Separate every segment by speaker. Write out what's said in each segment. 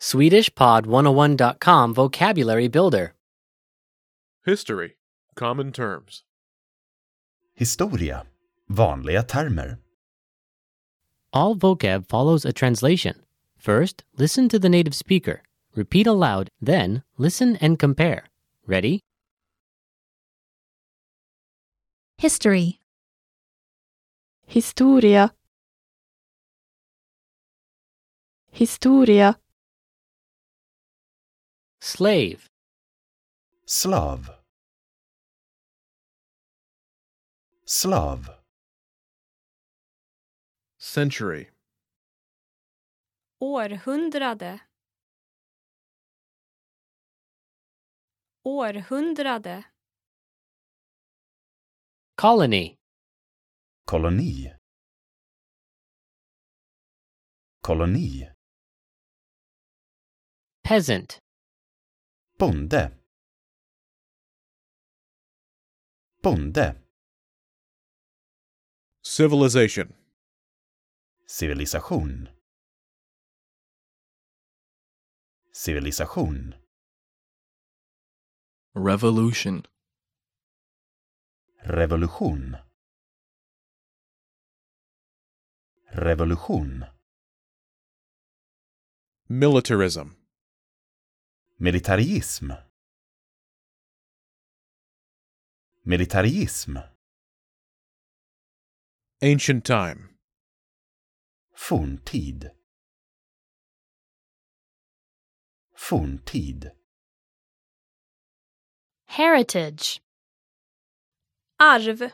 Speaker 1: SwedishPod101.com Vocabulary Builder.
Speaker 2: History. Common terms.
Speaker 3: Historia. Vanliga termer.
Speaker 1: All vocab follows a translation. First, listen to the native speaker. Repeat aloud, then, listen and compare. Ready?
Speaker 4: History.
Speaker 5: Historia. Historia.
Speaker 1: Slave.
Speaker 3: Slav. Slav.
Speaker 2: Century.
Speaker 6: Århundrade. Århundrade.
Speaker 1: Colony.
Speaker 3: Koloni. Koloni.
Speaker 1: Peasant.
Speaker 3: Bonde. Bonde.
Speaker 2: Civilization.
Speaker 3: Civilisation. Civilisation.
Speaker 7: Revolution.
Speaker 3: Revolution. Revolution.
Speaker 2: Militarism.
Speaker 3: Militarism. Militarism.
Speaker 2: Ancient time.
Speaker 3: Forntid. Forntid.
Speaker 4: Heritage.
Speaker 6: Arv.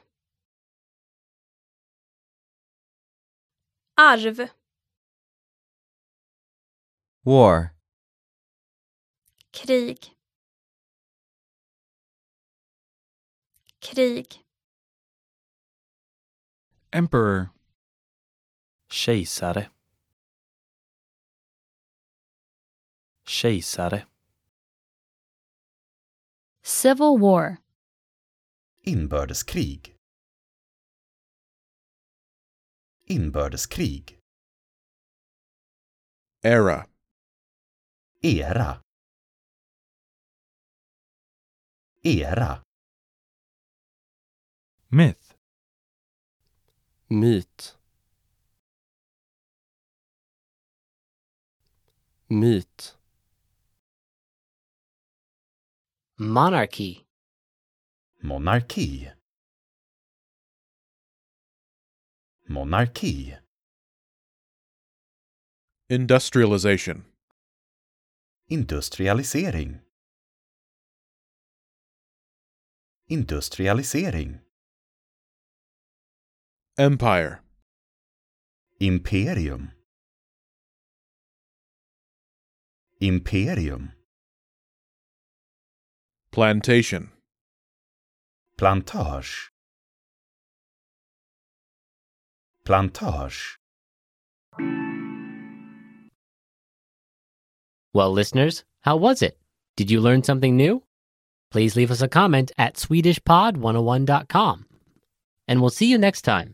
Speaker 6: Arv.
Speaker 8: War.
Speaker 6: Krig. Krig.
Speaker 7: Emperor.
Speaker 8: Kejsare. Kejsare.
Speaker 4: Civil War.
Speaker 3: Inbördeskrig. Inbördeskrig.
Speaker 2: Era.
Speaker 3: Era. Era.
Speaker 7: Myth.
Speaker 8: Myt. Myt.
Speaker 1: Monarchy.
Speaker 3: Monarki. Monarki.
Speaker 2: Industrialization.
Speaker 3: Industrialisering. Industrialisering.
Speaker 2: Empire.
Speaker 3: Imperium. Imperium.
Speaker 2: Plantation.
Speaker 3: Plantage. Plantage.
Speaker 1: Well, listeners, how was it? Did you learn something new? oh Please leave us a comment at SwedishPod101.com. And we'll see you next time.